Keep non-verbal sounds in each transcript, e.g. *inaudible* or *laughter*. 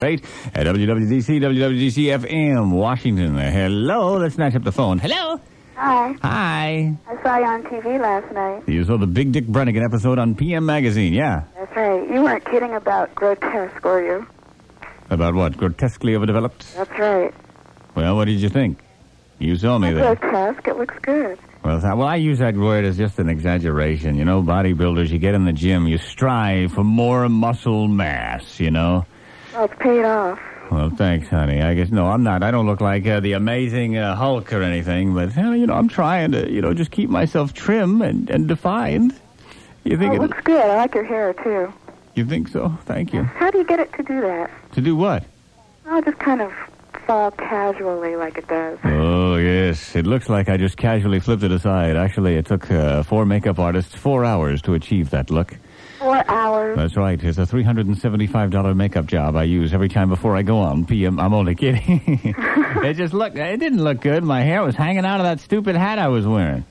Right at WWDC, WWDC FM, Washington. Hello, let's snatch up the phone. Hello. Hi. Hi. I saw you on TV last night. You saw the Big Dick Brennigan episode on PM Magazine, yeah? That's right. You weren't kidding about grotesque, were you? About what? Grotesquely overdeveloped? That's right. Well, what did you think? You saw me there. Grotesque. It looks good. Well, th- well, I use that word as just an exaggeration. You know, bodybuilders, you get in the gym, you strive for more muscle mass, you know? Well, it's paid off. Well, thanks, honey. I guess no, I'm not. I don't look like uh, the amazing uh, Hulk or anything, but uh, you know, I'm trying to, you know, just keep myself trim and, and defined. You Oh, think it it, looks good. I like your hair too. you think so? Thank you. How do you get it to do that? To do what? I'll just kind of fall casually like it does. Oh yes, it looks like I just casually flipped it aside. Actually, it took uh, four makeup artists four hours to achieve that look. Four hours. That's right. It's a three hundred and seventy-five dollar makeup job I use every time before I go on PM. I'm only kidding. *laughs* it just looked. It didn't look good. My hair was hanging out of that stupid hat I was wearing.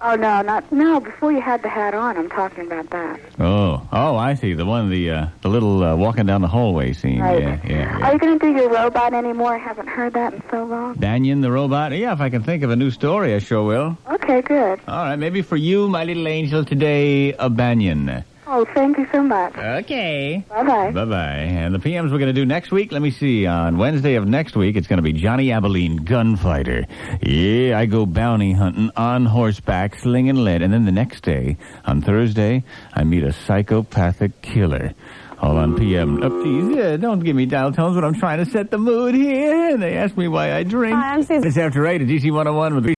Oh no, not no. Before you had the hat on, I'm talking about that. Oh, oh, I see. The one, the uh, the little uh, walking down the hallway scene. Right. Yeah, yeah. Are yeah. you going to do your robot anymore? I haven't heard that in so long. Danyan the robot. Yeah, if I can think of a new story, I sure will. Okay, good. All right, maybe for you, my little angel, today, a banyan. Oh, thank you so much. Okay. Bye bye. Bye bye. And the PMs we're going to do next week, let me see. On Wednesday of next week, it's going to be Johnny Abilene, gunfighter. Yeah, I go bounty hunting on horseback, slinging lead. And then the next day, on Thursday, I meet a psychopathic killer. All on PM. Oh, geez, yeah, don't give me dial tones when I'm trying to set the mood here. And they ask me why I drink. Hi, I'm Susan. It's after 8 at DC 101 with